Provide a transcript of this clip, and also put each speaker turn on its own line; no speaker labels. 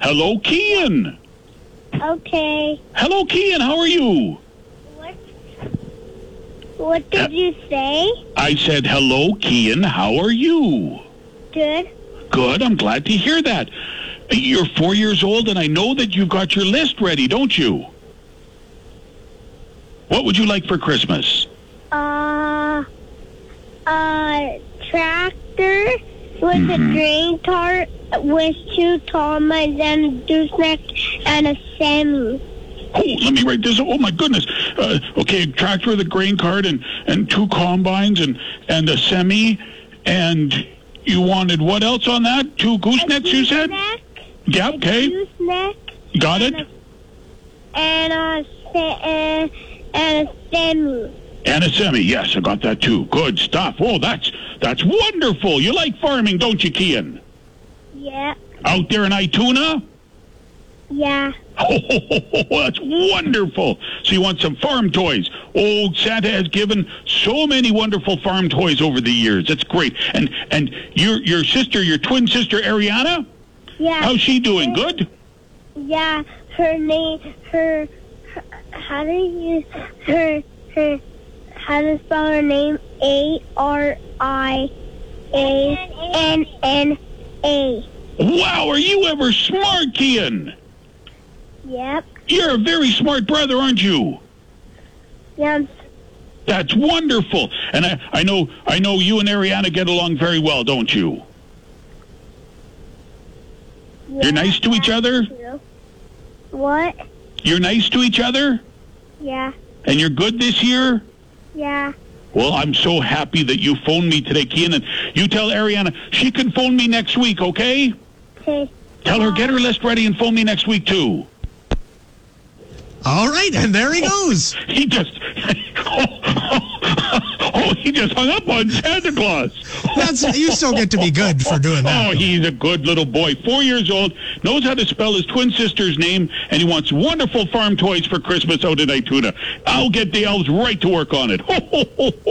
Hello, Kian.
Okay.
Hello, Kian. How are you?
What? What did you say?
I said, Hello, Kian. How are you?
Good.
Good. I'm glad to hear that. You're four years old, and I know that you've got your list ready, don't you? What would you like for Christmas?
Uh, uh, tractor with
Mm-hmm.
a drain cart with two Thomas and a gooseneck and a Sammy.
Oh, let me write this. Oh my goodness. Uh, okay, a tractor with a grain cart and and two combines and and a semi, and you wanted what else on that? Two goosenecks, you said?
Gooseneck,
Yeah. Okay.
gooseneck,
Got it.
and a sa- and, and a Sammy.
And a semi. Yes, I got that too. Good stuff. Oh, that's that's wonderful. You like farming, don't you, Kian?
Yeah,
Out there in Ituna.
yeah,
Oh, that's wonderful. So you want some farm toys. Oh, Santa has given so many wonderful farm toys over the years. That's great. And and your your sister, your twin sister Ariana,
yeah.
how's she doing? Good?
Yeah, her name, her, her how do you, her, her, how to spell her name? A R I A N N A.
Wow, are you ever smart, Kian?
Yep.
You're a very smart brother, aren't you?
Yeah, I'm-
That's wonderful. And I, I know I know you and Ariana get along very well, don't you?
yeah,
You're nice to each other?
too. What?
You're nice to each other?
Yeah,
And you're good this year?
yeah,
Well, I'm so happy that you phoned me today, Kian. And you tell Ariana she can phone me next week, okay?
okay.
Tell her get her list ready and phone me next week too.
All right, and there he goes.
He just oh, he just hung up on Santa Claus.
That's you still get to be good for doing
Oh,
that.
he's a good little boy. Four years old, knows how to spell his twin sister's name, and he wants Oh, wonderful farm toys for Christmas out in Ituna. I'll get the elves right to work on it. Ho, ho, ho, ho.